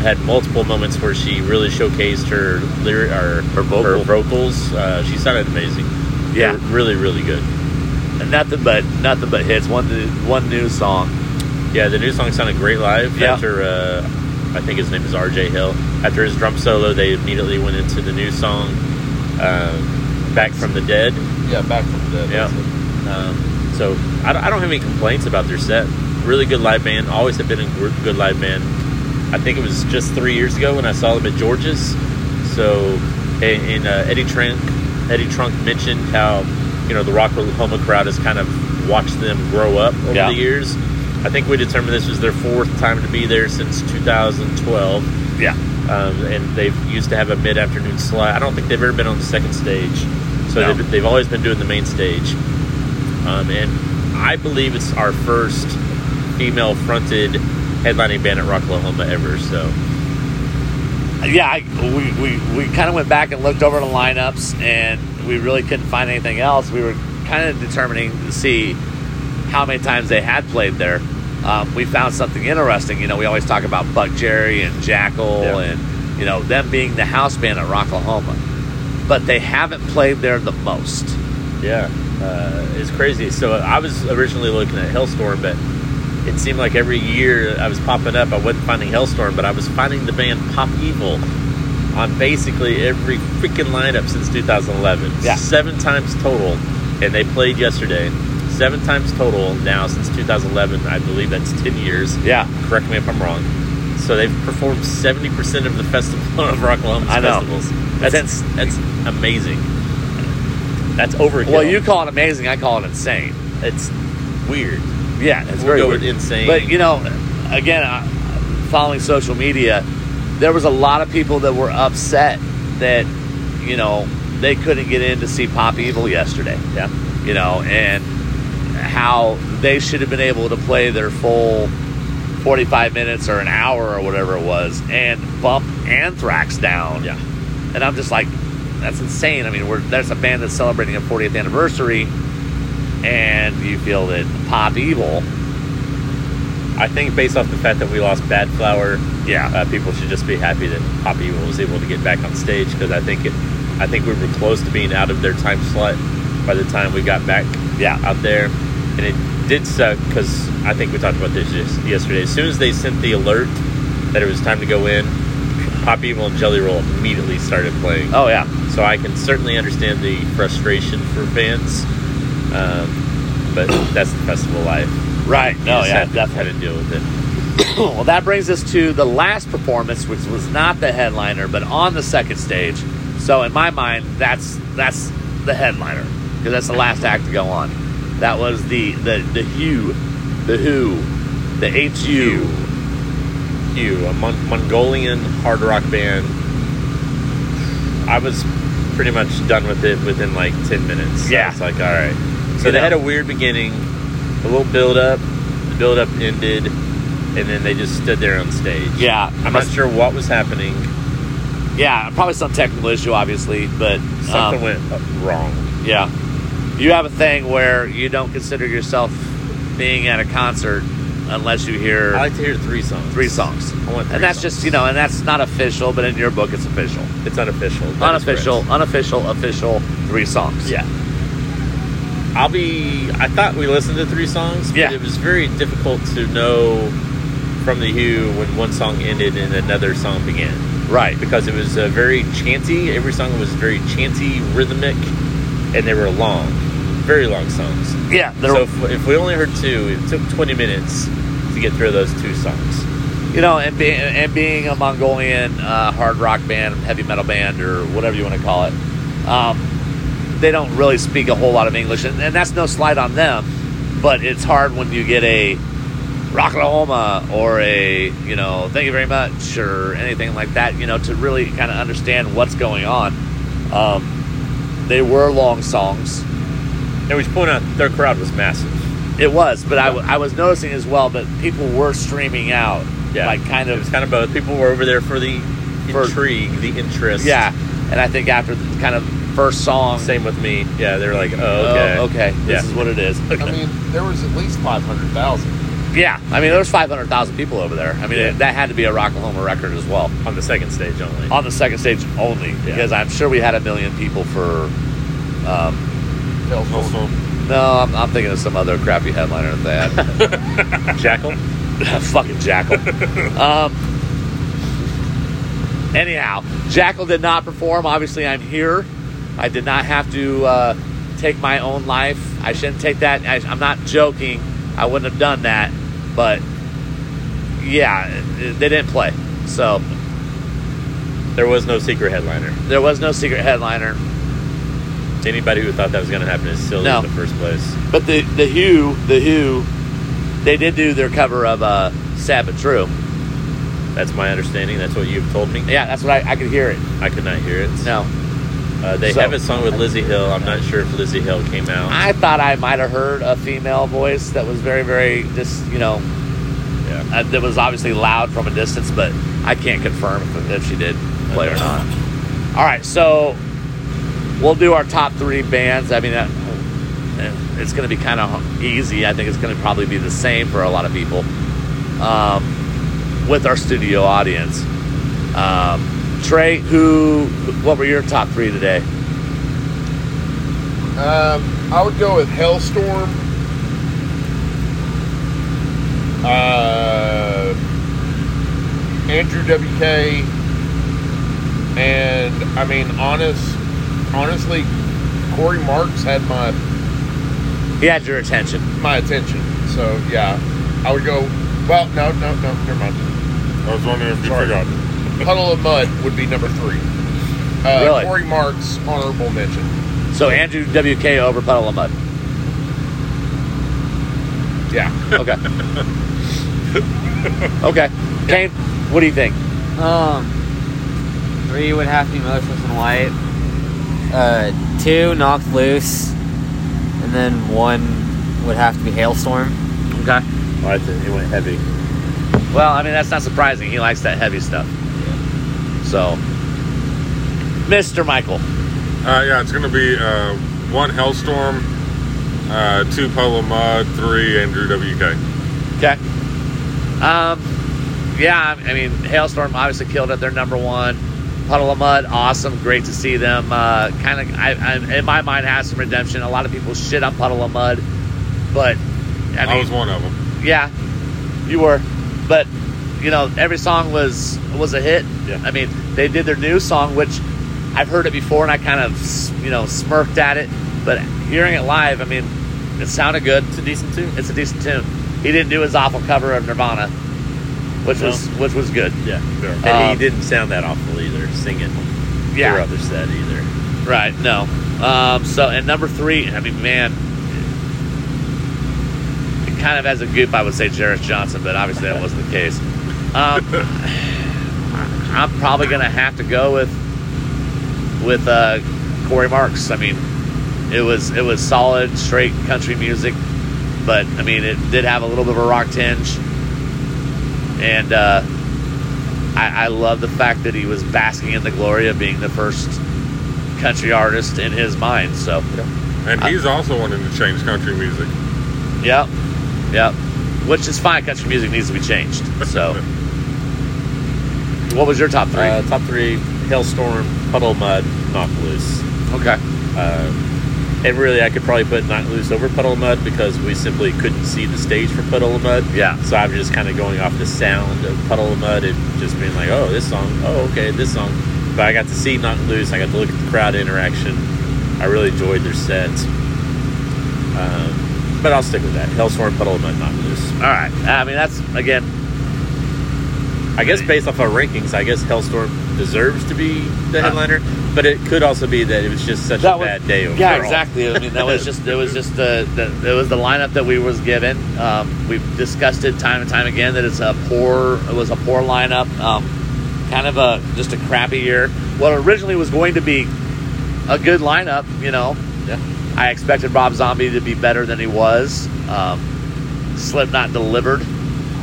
Speaker 2: had multiple moments where she really showcased her lyric, or her,
Speaker 1: vocal.
Speaker 2: vocals. Uh, she sounded amazing.
Speaker 1: Yeah.
Speaker 2: They're really, really good.
Speaker 1: And nothing but nothing but hits. One new, one new song.
Speaker 2: Yeah, the new song sounded great live.
Speaker 1: Yeah.
Speaker 2: After uh, I think his name is R.J. Hill. After his drum solo, they immediately went into the new song, um, "Back from the Dead."
Speaker 3: Yeah, back from the dead.
Speaker 2: Yeah. Um, so I, don't- I don't have any complaints about their set. Really good live band. Always have been a gr- good live band. I think it was just three years ago when I saw them at George's. So, and, and uh, Eddie Trunk, Eddie Trunk mentioned how you know the Rocklahoma crowd has kind of watched them grow up over
Speaker 1: Yeah.
Speaker 2: the years, I think we determined this was their fourth time to be there since 2012,
Speaker 1: Yeah.
Speaker 2: um, and they've used to have a mid-afternoon slot. I don't think they've ever been on the second stage, so
Speaker 1: No.
Speaker 2: they've, they've always been doing the main stage. Um, and I believe it's our first female-fronted headlining band at Rocklahoma ever. So
Speaker 1: yeah, I, we, we, we kind of went back and looked over the lineups, and we really couldn't find anything else. We were kind of determining to see how many times they had played there. Um, we found something interesting. You know, we always talk about Buck Jerry and Jackal
Speaker 2: Yeah.
Speaker 1: and, you know, them being the house band at Rocklahoma. But they haven't played there the most.
Speaker 2: Yeah, uh, it's crazy. So I was originally looking at Hellstorm, but it seemed like every year I was popping up. I wasn't finding Hellstorm, but I was finding the band Pop Evil on basically every freaking lineup since 2011.
Speaker 1: Yeah.
Speaker 2: Seven times total, and they played yesterday. Seven times total now since 2011. I believe that's 10 years.
Speaker 1: Yeah.
Speaker 2: Correct me if I'm wrong. So they've performed 70% of the festival of Rocklahoma's
Speaker 1: I know.
Speaker 2: festivals. That's, that's amazing. That's overkill
Speaker 1: Well, you call it amazing. I call it insane.
Speaker 2: it's weird.
Speaker 1: Yeah, it's
Speaker 2: We'll
Speaker 1: very
Speaker 2: go
Speaker 1: weird.
Speaker 2: with insane.
Speaker 1: But you know, again, I- following social media, there was a lot of people that were upset that you know they couldn't get in to see Pop Evil yesterday.
Speaker 2: Yeah.
Speaker 1: You know, and how they should have been able to play their full 45 minutes or an hour or whatever it was and bump Anthrax down.
Speaker 2: Yeah.
Speaker 1: And I'm just like, that's insane. I mean, we're there's a band that's celebrating a 40th anniversary, and you feel that Pop Evil,
Speaker 2: I think based off the fact that we lost Bad Flower,
Speaker 1: yeah,
Speaker 2: uh, people should just be happy that Pop Evil was able to get back on stage because I think it, I think we were close to being out of their time slot by the time we got back
Speaker 1: yeah,
Speaker 2: out there, and it did suck because I think we talked about this yes- yesterday. As soon as they sent the alert that it was time to go in, Pop Evil and Jelly Roll immediately started playing.
Speaker 1: oh yeah,
Speaker 2: So I can certainly understand the frustration for fans, um, but that's the festival life.
Speaker 1: right,
Speaker 2: You
Speaker 1: no,
Speaker 2: just
Speaker 1: yeah,
Speaker 2: have to,
Speaker 1: definitely.
Speaker 2: Had to deal with it.
Speaker 1: well, that brings us to the last performance, which was not the headliner, but on the second stage. So in my mind, that's that's the headliner because that's the last act to go on. That was the the the Hue, the Who, the H U.
Speaker 2: Q, a Mon- Mongolian hard rock band. I was pretty much done with it within like ten minutes. So
Speaker 1: Yeah.
Speaker 2: it's like all right. So
Speaker 1: You
Speaker 2: they
Speaker 1: know.
Speaker 2: had a weird beginning, a little build up. The build up ended, and then they just stood there on stage.
Speaker 1: Yeah,
Speaker 2: I'm not sure what was happening.
Speaker 1: Yeah, probably some technical issue, obviously, but
Speaker 2: Something
Speaker 1: um,
Speaker 2: went wrong.
Speaker 1: Yeah. You have a thing where you don't consider yourself being at a concert unless you hear
Speaker 2: I like to hear three songs.
Speaker 1: three songs.
Speaker 2: I want three
Speaker 1: And that's just,
Speaker 2: songs.
Speaker 1: you know, and that's not official, but in your book it's official.
Speaker 2: It's unofficial. That is
Speaker 1: unofficial,
Speaker 2: correct.
Speaker 1: unofficial, official, three songs.
Speaker 2: Yeah. I'll be. I thought we listened to three songs.
Speaker 1: Yeah.
Speaker 2: But it was very difficult to know from the hue when one song ended and another song began
Speaker 1: Right.
Speaker 2: because it was uh, very chanty. Every song was very chanty, rhythmic, and they were long, very long songs.
Speaker 1: Yeah. There,
Speaker 2: so if, if we only heard two, it took 20 minutes to get through those two songs.
Speaker 1: you know, and being and being a Mongolian uh, hard rock band, heavy metal band, or whatever you want to call it, um, they don't really speak a whole lot of English, and, and that's no slight on them, but it's hard when you get a Rocklahoma or a you know, thank you very much or anything like that, you know, to really kind of understand what's going on. Um, they were long songs.
Speaker 2: And we should point out their crowd was massive.
Speaker 1: It was, but I, w- I was noticing as well that people were streaming out,
Speaker 2: Yeah.
Speaker 1: like kind
Speaker 2: It
Speaker 1: of
Speaker 2: was kind of both. People were over there for the
Speaker 1: For-
Speaker 2: intrigue, the interest.
Speaker 1: Yeah, and I think after the kind of first song,
Speaker 2: Same with me. Yeah, they're like,
Speaker 1: oh,
Speaker 2: oh,
Speaker 1: okay,
Speaker 2: okay.
Speaker 1: this
Speaker 2: Yeah.
Speaker 1: is what it is.
Speaker 3: I mean, there was at least 500,000.
Speaker 1: Yeah, I mean, there's 500,000 people over there. I mean,
Speaker 2: Yeah.
Speaker 1: that had to be a Rocklahoma record as well
Speaker 2: On the second stage only.
Speaker 1: on the second stage only, because I'm sure we had a million people for. Um,
Speaker 3: Hellstorm.
Speaker 4: Also,
Speaker 1: no, I'm, I'm thinking of some other crappy headliner than that.
Speaker 2: Jackal?
Speaker 1: Fucking Jackal. um, anyhow, Jackal did not perform. Obviously, I'm here. I did not have to uh, take my own life. I shouldn't take that. I, I'm not joking. I wouldn't have done that. But yeah, it- they didn't play. So
Speaker 2: There was no secret headliner.
Speaker 1: there was no secret headliner.
Speaker 2: Anybody who thought that was going to happen is silly
Speaker 1: No.
Speaker 2: in the first place.
Speaker 1: But the the Who the Who They did do their cover of uh, "Sad but True."
Speaker 2: That's my understanding. That's what you've told me.
Speaker 1: Yeah, that's what I, I could hear it.
Speaker 2: I could not hear it.
Speaker 1: No,
Speaker 2: Uh, they
Speaker 1: So-
Speaker 2: have a song with Lizzie Hill. I'm not sure if Lizzie Hill came out.
Speaker 1: I thought I might have heard a female voice that was very, very just you know
Speaker 2: yeah.
Speaker 1: uh, that was obviously loud from a distance, but I can't confirm if, if she did play or not. All right, so we'll do our top three bands. I mean, uh, uh, it's going to be kind of easy. I think it's going to probably be the same for a lot of people um, with our studio audience. Um, Trey, who? What were your top three today?
Speaker 3: Um, I would go with Hellstorm. Uh, Andrew WK, and I mean, honest, honestly, Corey Marks had my
Speaker 1: He had your attention.
Speaker 3: my attention. So yeah, I would go. Well, no, no, no, never mind.
Speaker 4: I was wondering if you
Speaker 3: Sorry.
Speaker 4: forgot.
Speaker 3: Puddle of Mud would be number three. Uh,
Speaker 1: Really?
Speaker 3: Corey Marks honorable mention.
Speaker 1: So Andrew WK over Puddle of Mud.
Speaker 3: Yeah,
Speaker 1: Okay. okay. Kane, what do you think?
Speaker 5: Um, three would have to be Motionless and White. Uh, two Knocked Loose, and then one would have to be Hailstorm.
Speaker 1: Okay.
Speaker 2: I think it went heavy.
Speaker 1: Well, I mean, that's not surprising. He likes that heavy stuff. So, Mr. Michael.
Speaker 4: Uh, yeah, it's gonna be uh, one Hellstorm, uh, two Puddle of Mud, three Andrew WK.
Speaker 1: Okay. Um, yeah, I I mean, Hailstorm obviously killed it. They're number one. Puddle of Mud, awesome. Great to see them. Uh, kind of, I, I, in my mind, has some redemption. A lot of people shit on Puddle of Mud, but I
Speaker 4: I,
Speaker 1: mean,
Speaker 4: was one of them.
Speaker 1: Yeah, you were, but you know every song was was a hit.
Speaker 2: Yeah.
Speaker 1: I mean, they did their new song, which I've heard it before, and I kind of you know smirked at it. But hearing it live, I mean, it sounded good.
Speaker 2: It's a decent tune.
Speaker 1: It's a decent tune. He didn't do his awful cover of Nirvana, which was which was good.
Speaker 2: Yeah. And
Speaker 1: Um,
Speaker 2: he didn't sound that awful either, singing throughout the set either.
Speaker 1: Right. No. Um, so and number three, I mean, man, it kind of as a goop, I would say Jarrett Johnson, but obviously that wasn't the case. Um, I'm probably gonna have to go with with uh, Corey Marks. I mean, it was it was solid, straight country music, but I mean, it did have a little bit of a rock tinge, and uh, I, I love the fact that he was basking in the glory of being the first country artist in his mind. So,
Speaker 4: And he's also wanting to change country music.
Speaker 1: yep, yep. Which is fine. Country music needs to be changed. So, what was your top three?
Speaker 2: Uh, top three: Hailstorm, Puddle of Mud, Knock Loose.
Speaker 1: okay.
Speaker 2: Uh, and really, I could probably put Knock Loose over Puddle of Mud because we simply couldn't see the stage for Puddle of Mud.
Speaker 1: Yeah.
Speaker 2: So I'm just kind of going off the sound of Puddle of Mud and just being like, oh, this song, oh, okay, this song. But I got to see Knock Loose, I got to look at the crowd interaction. I really enjoyed their sets. Um, but I'll stick with that. Hellstorm, Puddle of Mud, Knock Loose.
Speaker 1: All right. I mean, that's again.
Speaker 2: I guess based off our rankings, I guess Hellstorm deserves to be the headliner, but it could also be that it was just such a
Speaker 1: was-
Speaker 2: bad day overall.
Speaker 1: Yeah, exactly. I mean, that was just it was just uh, the, the it was the lineup that we was given. Um, we've discussed it time and time again that it's a poor it was a poor lineup. Um, kind of a just a crappy year. What originally was going to be a good lineup, you know.
Speaker 2: Yeah.
Speaker 1: I expected Rob Zombie to be better than he was. Um, Slipknot delivered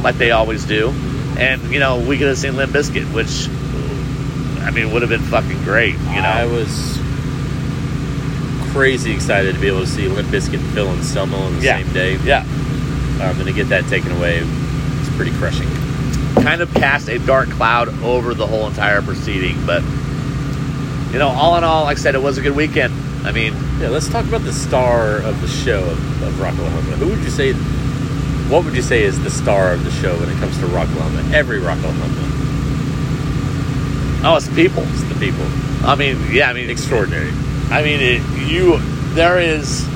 Speaker 1: like they always do, and you know we could have seen Limp Bizkit, which I mean would have been fucking great. You know.
Speaker 2: I was crazy excited to be able to see Limp Bizkit and Phil and Selma on the
Speaker 1: Yeah.
Speaker 2: same day.
Speaker 1: yeah.
Speaker 2: Um, and to get that taken away, it's pretty crushing.
Speaker 1: kind of cast a dark cloud over the whole entire proceeding. But you know, all in all, like I said, it was a good weekend. I mean,
Speaker 2: Yeah, let's talk about the star of the show of, of Rockalahoma. Who would you say? What would you say is the star of the show when it comes to Rockalahoma? Every Rockalahoma,
Speaker 1: oh, it's the people.
Speaker 2: it's the people.
Speaker 1: I mean, yeah, I mean,
Speaker 2: Extraordinary.
Speaker 1: I mean, it, you. There is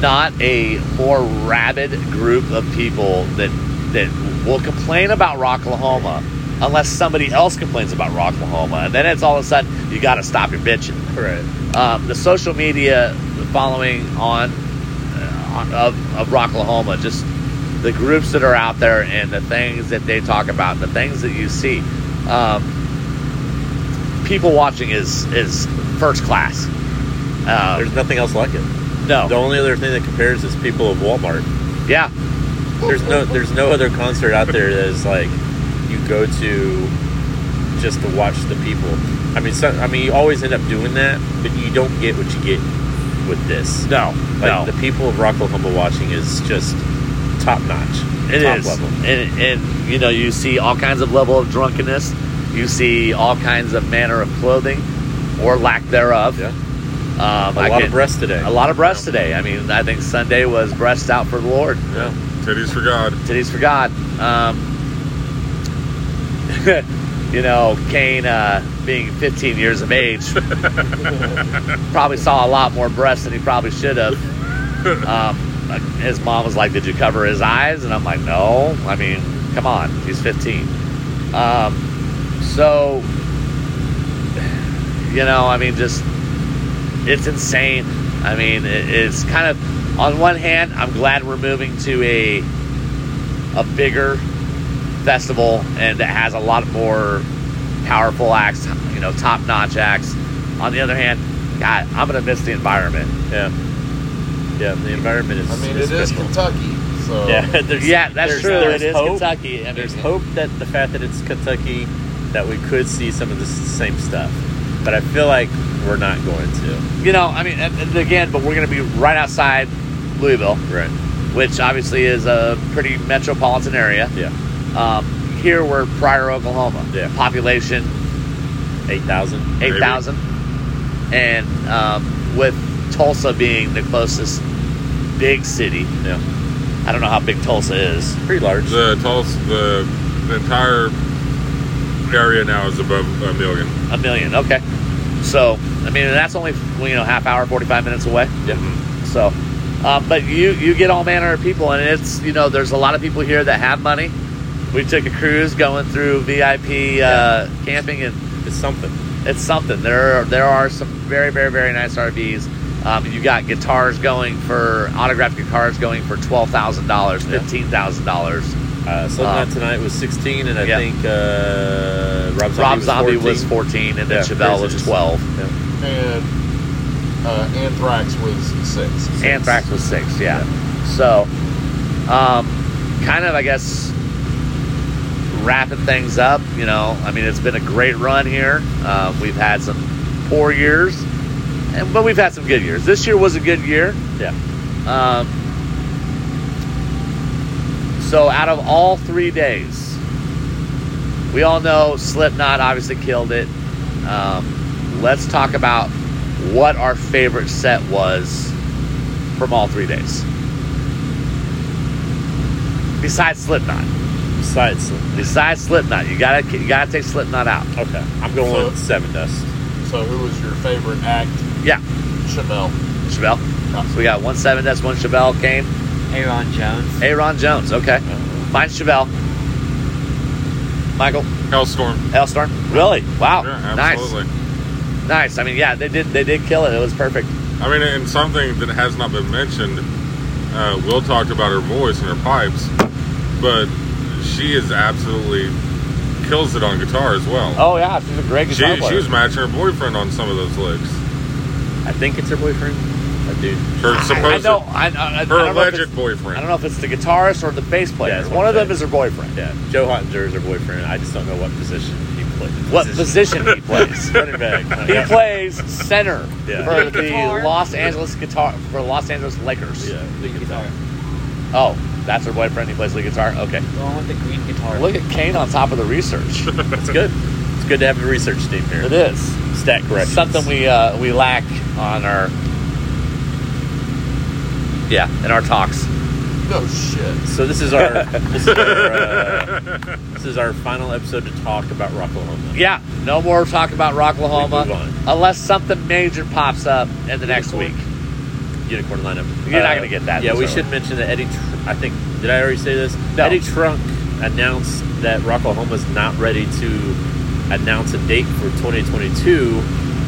Speaker 1: not a more rabid group of people that that will complain about Rocklahoma unless somebody else complains about Rocklahoma, and then it's all of a sudden you got to stop your bitching.
Speaker 2: Right.
Speaker 1: um, the social media following on, uh, on of, of Rocklahoma just the groups that are out there and the things that they talk about, the things that you see. Um, people watching is is first class. Uh,
Speaker 2: There's nothing else like it.
Speaker 1: no,
Speaker 2: The only other thing that compares is people of Walmart.
Speaker 1: yeah,
Speaker 2: There's no there's no other concert out there that is like you go to just to watch the people. I mean, some, I mean, you always end up doing that, but you don't get what you get with this.
Speaker 1: no, no.
Speaker 2: Like the people of Rockville Humble watching is just top notch.
Speaker 1: It
Speaker 2: top
Speaker 1: is,
Speaker 2: level.
Speaker 1: And, and you know, you see all kinds of level of drunkenness. You see all kinds of manner of clothing, or lack thereof.
Speaker 2: Yeah.
Speaker 1: Um,
Speaker 2: A
Speaker 1: I
Speaker 2: lot
Speaker 1: can-
Speaker 2: of breasts today.
Speaker 1: A lot of breasts today. I mean, I think Sunday was breasts out for the Lord,
Speaker 2: Yeah.
Speaker 4: Titties for God.
Speaker 1: titties for God. Um, you know, Kane uh, being 15 years of age probably saw a lot more breasts than he probably should have. Um, like, his mom was like, "Did you cover his eyes?" And I'm like, "No." I mean, come on, he's 15. Um, so, you know, I mean, just it's insane. I mean, it, it's kind of on one hand, I'm glad we're moving to a a bigger festival and that has a lot more powerful acts, you know, top notch acts. On the other hand, God, I'm gonna miss the environment.
Speaker 2: Yeah. Yeah. The environment is.
Speaker 3: I mean, it is
Speaker 2: fickle.
Speaker 3: Kentucky, so
Speaker 2: Yeah. There's,
Speaker 1: yeah, that's
Speaker 2: there's-
Speaker 1: true.
Speaker 2: There's
Speaker 1: It is
Speaker 2: hope.
Speaker 1: Kentucky. I mean,
Speaker 2: There's hope that the fact that it's Kentucky, that we could see some of the s- same stuff, but I feel like we're not going to.
Speaker 1: You know, I mean, and- and again, but we're gonna be right outside Louisville,
Speaker 2: Right.
Speaker 1: which obviously is a pretty metropolitan area.
Speaker 2: Yeah.
Speaker 1: Um, here we're Pryor, Oklahoma.
Speaker 2: Yeah.
Speaker 1: Population
Speaker 2: Eight thousand.
Speaker 1: eight
Speaker 4: Maybe.
Speaker 1: thousand, and um, with Tulsa being the closest big city.
Speaker 2: Yeah.
Speaker 1: I don't know how big Tulsa is.
Speaker 2: Pretty large.
Speaker 4: The Tulsa, the, the entire area now is above a million.
Speaker 1: A million. Okay. So I mean, that's only you know half hour, forty five minutes away.
Speaker 2: yeah.
Speaker 1: So, um, but you you get all manner of people, and it's you know there's a lot of people here that have money. We took a cruise going through VIP uh, camping, and
Speaker 2: It's something.
Speaker 1: it's something. There are, there are some very very very nice RVs. Um, you got guitars going for autographed guitars going for twelve thousand dollars,
Speaker 2: Yeah.
Speaker 1: fifteen thousand dollars.
Speaker 2: Uh, Slipknot
Speaker 1: Um,
Speaker 2: tonight was sixteen, and I
Speaker 1: yeah.
Speaker 2: think uh, Rob Zombie,
Speaker 1: Rob
Speaker 2: was,
Speaker 1: Zombie
Speaker 2: 14.
Speaker 1: was fourteen, and then
Speaker 2: Yeah,
Speaker 1: Chevelle
Speaker 2: hers
Speaker 1: was
Speaker 2: is-
Speaker 1: twelve.
Speaker 2: Yeah.
Speaker 3: and uh, Anthrax was six.
Speaker 1: Anthrax was six, yeah. So, um, kind of, I guess, wrapping things up. You know, I mean, it's been a great run here. Uh, we've had some poor years, and, but we've had some good years. This year was a good year.
Speaker 2: Yeah.
Speaker 1: Um, so, out of all three days, we all know Slipknot obviously killed it. Um, let's talk about what our favorite set was from all three days. Besides Slipknot,
Speaker 2: Besides, Slipknot.
Speaker 1: besides Slipknot, you gotta you gotta take Slipknot out.
Speaker 2: okay, I'm going
Speaker 3: So-
Speaker 2: with Seven Dust.
Speaker 3: So who was your favorite act?
Speaker 1: Yeah,
Speaker 3: Chevelle.
Speaker 1: Chevelle.
Speaker 2: Uh-huh.
Speaker 1: So we got one seven. That's one Chevelle. Kane,
Speaker 5: Aaron Jones.
Speaker 1: Aaron Jones. Okay,
Speaker 2: Uh-huh.
Speaker 1: mine's Chevelle. Michael
Speaker 4: Hellstorm.
Speaker 1: Elstorm. Really? Wow.
Speaker 4: Yeah,
Speaker 1: Oh, nice,
Speaker 4: absolutely.
Speaker 1: nice. I mean, yeah, they did they did kill it. It was perfect.
Speaker 4: I mean, and something that has not been mentioned, uh, Will talked about her voice and her pipes, but she is absolutely kills it on guitar as well.
Speaker 1: Oh yeah, she's a great guitar
Speaker 4: she,
Speaker 1: player.
Speaker 4: she was matching her boyfriend on some of those licks.
Speaker 2: I think it's her boyfriend. I do.
Speaker 4: Her
Speaker 1: I, I
Speaker 4: supposed,
Speaker 1: know. I, I, I,
Speaker 4: her
Speaker 1: don't know if
Speaker 4: alleged
Speaker 1: it's- I don't
Speaker 4: boyfriend.
Speaker 1: know if it's the guitarist or the bass player.
Speaker 2: Yeah, it's
Speaker 1: one of them
Speaker 2: okay.
Speaker 1: is her boyfriend.
Speaker 2: Yeah, Joe Hottinger is her boyfriend. I just don't know what position he played.
Speaker 1: What position he plays?
Speaker 2: Running back.
Speaker 1: He plays center
Speaker 2: Yeah.
Speaker 1: for the
Speaker 5: Guitar.
Speaker 1: Los Angeles guitar for Los Angeles Lakers.
Speaker 2: Yeah, the guitar.
Speaker 1: Oh, that's her boyfriend. He plays the guitar. Okay. Oh,
Speaker 5: The one with the green guitar.
Speaker 1: Look at Kane on top of the research.
Speaker 2: It's good. It's good to have a research team here.
Speaker 1: it is
Speaker 2: Stat corrections.
Speaker 1: something we uh, we lack on our yeah in our talks.
Speaker 3: No Oh, shit.
Speaker 2: So this is our this is our, uh, this is our final episode to talk about Rocklahoma.
Speaker 1: Yeah, no more talk about
Speaker 2: We
Speaker 1: Rocklahoma
Speaker 2: move
Speaker 1: unless something major pops up in the next week.
Speaker 2: Unicorn lineup. Uh,
Speaker 1: You're not gonna get that.
Speaker 2: Yeah, we
Speaker 1: So-
Speaker 2: should mention that Eddie. Tr- I think did I already say this?
Speaker 1: No.
Speaker 2: Eddie Trunk announced that Rocklahoma's not ready to announce a date for 2022,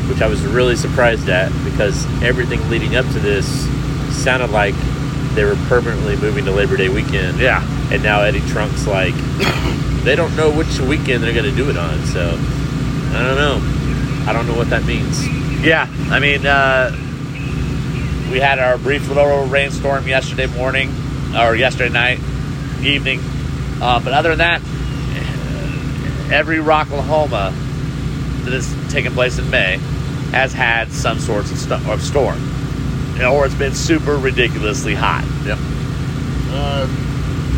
Speaker 2: which I was really surprised at because everything leading up to this sounded like they were permanently moving to Labor Day weekend.
Speaker 1: Yeah.
Speaker 2: And now Eddie Trunk's like, they don't know which weekend they're going to do it on. So I don't know. I don't know what that means.
Speaker 1: Yeah, I mean, uh, we had our brief little rainstorm yesterday morning or yesterday night, evening. Uh, but other than that, every Rocklahoma that has taken place in May has had some sorts of, st- of storm, or it's been super ridiculously hot.
Speaker 2: Yep.
Speaker 3: Uh,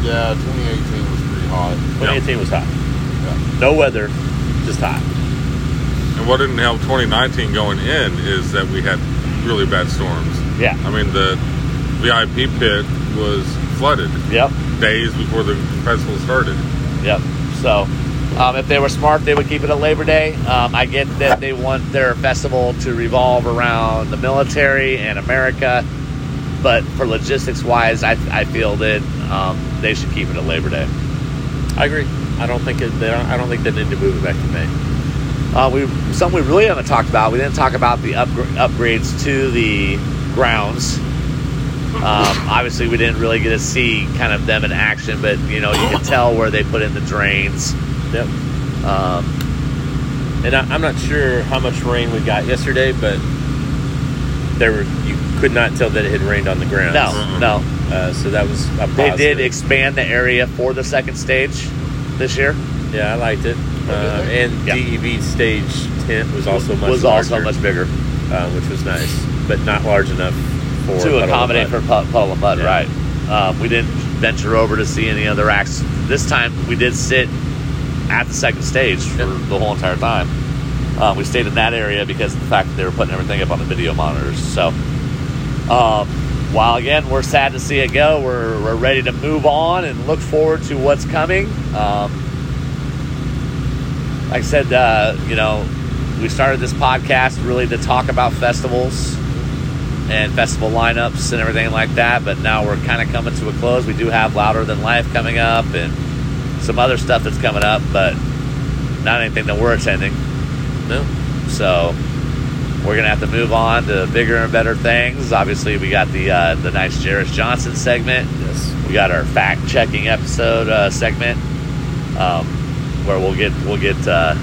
Speaker 3: yeah, 2018 was pretty hot.
Speaker 1: 2018 was hot.
Speaker 3: Yeah.
Speaker 1: No weather, just hot.
Speaker 4: And what didn't help 2019 going in is that we had really bad storms.
Speaker 1: Yeah.
Speaker 4: I mean, the VIP pit was flooded
Speaker 1: Yep.
Speaker 4: days before the festival started.
Speaker 1: Yep. So, um, if they were smart, they would keep it at Labor Day. Um, I get that they want their festival to revolve around the military and America, but for logistics wise, I, I feel that um, they should keep it at Labor Day.
Speaker 2: I agree. I don't think it, they don't, I don't think they need to move it back to May.
Speaker 1: Uh, we something we really haven't talked about. We didn't talk about the upgr upgrades to the grounds. Um, obviously, we didn't really get to see kind of them in action, but you know you can tell where they put in the drains.
Speaker 2: Yep.
Speaker 1: Um,
Speaker 2: And I, I'm not sure how much rain we got yesterday, but there were you could not tell that it had rained on the ground.
Speaker 1: no, no,
Speaker 2: Uh, so that was a
Speaker 1: They
Speaker 2: positive.
Speaker 1: did expand the area for the second stage this year.
Speaker 2: yeah, I liked it. Uh,
Speaker 3: they?
Speaker 2: and
Speaker 1: Yeah.
Speaker 2: DEB stage tent was also much
Speaker 1: was
Speaker 2: larger,
Speaker 1: also much bigger
Speaker 2: uh, which was nice, but not large enough for Puddle
Speaker 1: to
Speaker 2: of
Speaker 1: accommodate for
Speaker 2: Mud.
Speaker 1: pu- puddle of mud.
Speaker 2: Yeah.
Speaker 1: Right. Um, we didn't venture over to see any other acts. This time we did sit at the second stage for the whole entire time. Um, we stayed in that area because of the fact that they were putting everything up on the video monitors. So, um, while again we're sad to see it go, we're, we're ready to move on and look forward to what's coming. Um, like I said, uh, you know, we started this podcast really to talk about festivals and festival lineups and everything like that. But now we're kind of coming to a close. We do have Louder Than Life coming up and some other stuff that's coming up, but not anything that we're attending.
Speaker 2: No.
Speaker 1: So we're gonna have to move on to bigger and better things. Obviously, we got the uh, the nice Jarris Johnson segment.
Speaker 2: Yes.
Speaker 1: We got our fact checking episode uh, segment um, where we'll get we'll get uh,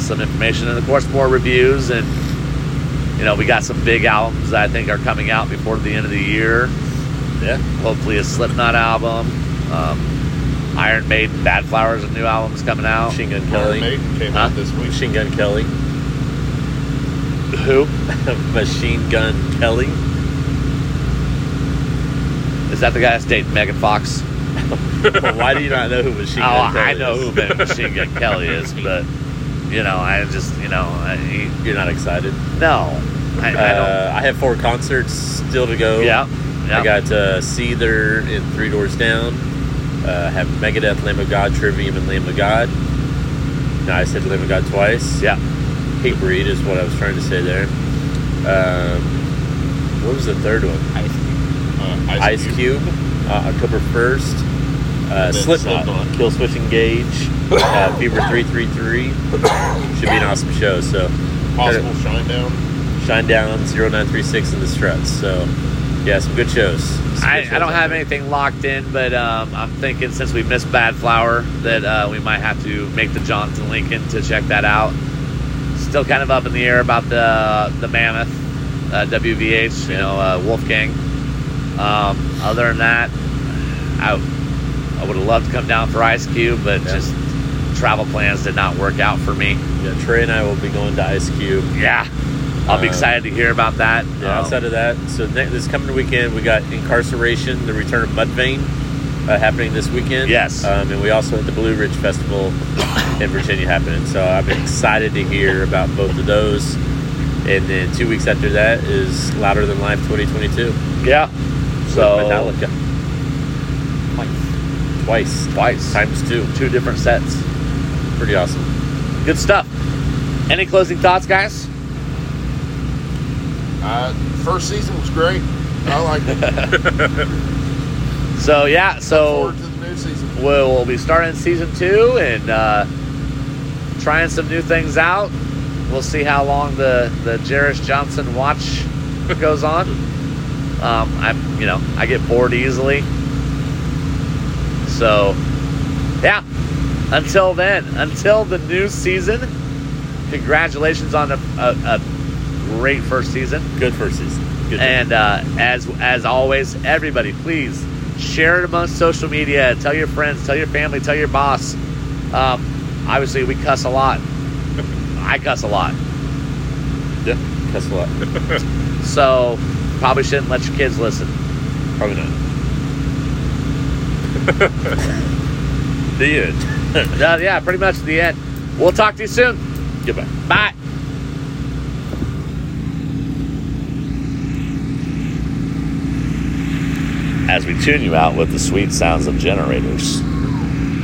Speaker 1: some information and of course more reviews and you know we got some big albums that I think are coming out before the end of the year.
Speaker 2: Yeah.
Speaker 1: Hopefully a Slipknot album, um, Iron Maiden, Bad Flowers, a new album's coming out.
Speaker 2: Machine Gun
Speaker 3: Iron
Speaker 2: Kelly.
Speaker 3: Maiden came
Speaker 1: Huh?
Speaker 3: out this week.
Speaker 2: Machine Gun Kelly.
Speaker 1: Who
Speaker 2: Machine Gun Kelly.
Speaker 1: is that? The guy that's dating Megan Fox.
Speaker 2: Well, why do you not know who Machine
Speaker 1: oh,
Speaker 2: Gun Kelly
Speaker 1: I know
Speaker 2: is?
Speaker 1: who Ben Machine Gun Kelly is, but you know, I just you know, I, he,
Speaker 2: You're not excited.
Speaker 1: no, I, I don't.
Speaker 2: Uh, I have four concerts still to go.
Speaker 1: Yeah. yeah.
Speaker 2: I got uh, Seether in Three Doors Down. Uh, have Megadeth, Lamb of God, Trivium, and Lamb of God. No, I said Lamb of God twice.
Speaker 1: Yeah.
Speaker 2: Hate Breed is what I was trying to say there. Um, what was the third one?
Speaker 3: Uh,
Speaker 2: Ice, Cube, uh, October 1st. Uh,
Speaker 3: Then
Speaker 2: Slipknot,
Speaker 3: Slipknot.
Speaker 2: Kill Switch Engage, uh, Fever 333. Should be an awesome show. So,
Speaker 3: Possible Shinedown.
Speaker 2: Shine Down, 0936, and the Struts. So, yeah, some good shows. Some good
Speaker 1: I,
Speaker 2: shows
Speaker 1: I don't
Speaker 2: out
Speaker 1: have
Speaker 2: there.
Speaker 1: anything locked in, but um, I'm thinking since we missed Bad Flower, that uh, we might have to make the Johnson Lincoln to check that out. Still kind of up in the air about the the Mammoth, uh, WVH, you know, uh, Wolfgang. Um, other than that, I I would have loved to come down for Ice Cube, but
Speaker 2: Yeah.
Speaker 1: just travel plans did not work out for me.
Speaker 2: Yeah, Trey and I will be going to Ice Cube.
Speaker 1: Yeah, I'll be
Speaker 2: Um,
Speaker 1: excited to hear about that.
Speaker 2: Yeah,
Speaker 1: Um,
Speaker 2: outside of that, so ne- this coming weekend we got Incarceration, the Return of Mudvayne, uh, happening this weekend.
Speaker 1: Yes.
Speaker 2: um, and we also have the Blue Ridge Festival in Virginia happening. So I'm excited to hear about both of those. And then two weeks after that is Louder Than Life 2022. with
Speaker 1: yeah. So
Speaker 2: Metallica twice,
Speaker 1: twice,
Speaker 2: times two,
Speaker 1: two different sets.
Speaker 2: pretty awesome.
Speaker 1: Good stuff. Any closing thoughts, guys?
Speaker 3: Uh, first season was great. I like it. Look
Speaker 1: So yeah, so
Speaker 3: forward to the new season.
Speaker 1: we'll, we'll be starting season two and uh, trying some new things out. We'll see how long the the Jarris Johnson watch goes on. Um, I'm, you know, I get bored easily. So, yeah. Until then, until the new season, congratulations on a, a, a great first season.
Speaker 2: Good first season. Good
Speaker 1: And uh, as as always, everybody, please share it amongst social media. Tell your friends, tell your family, tell your boss. Um, obviously, we cuss a lot. I cuss a lot,
Speaker 2: yeah. That's a lot.
Speaker 1: so probably shouldn't let your kids listen.
Speaker 2: Probably not. the end.
Speaker 1: Uh, yeah, pretty much the end. We'll talk to you soon.
Speaker 2: Goodbye.
Speaker 1: Bye. As we tune you out with the sweet sounds of generators.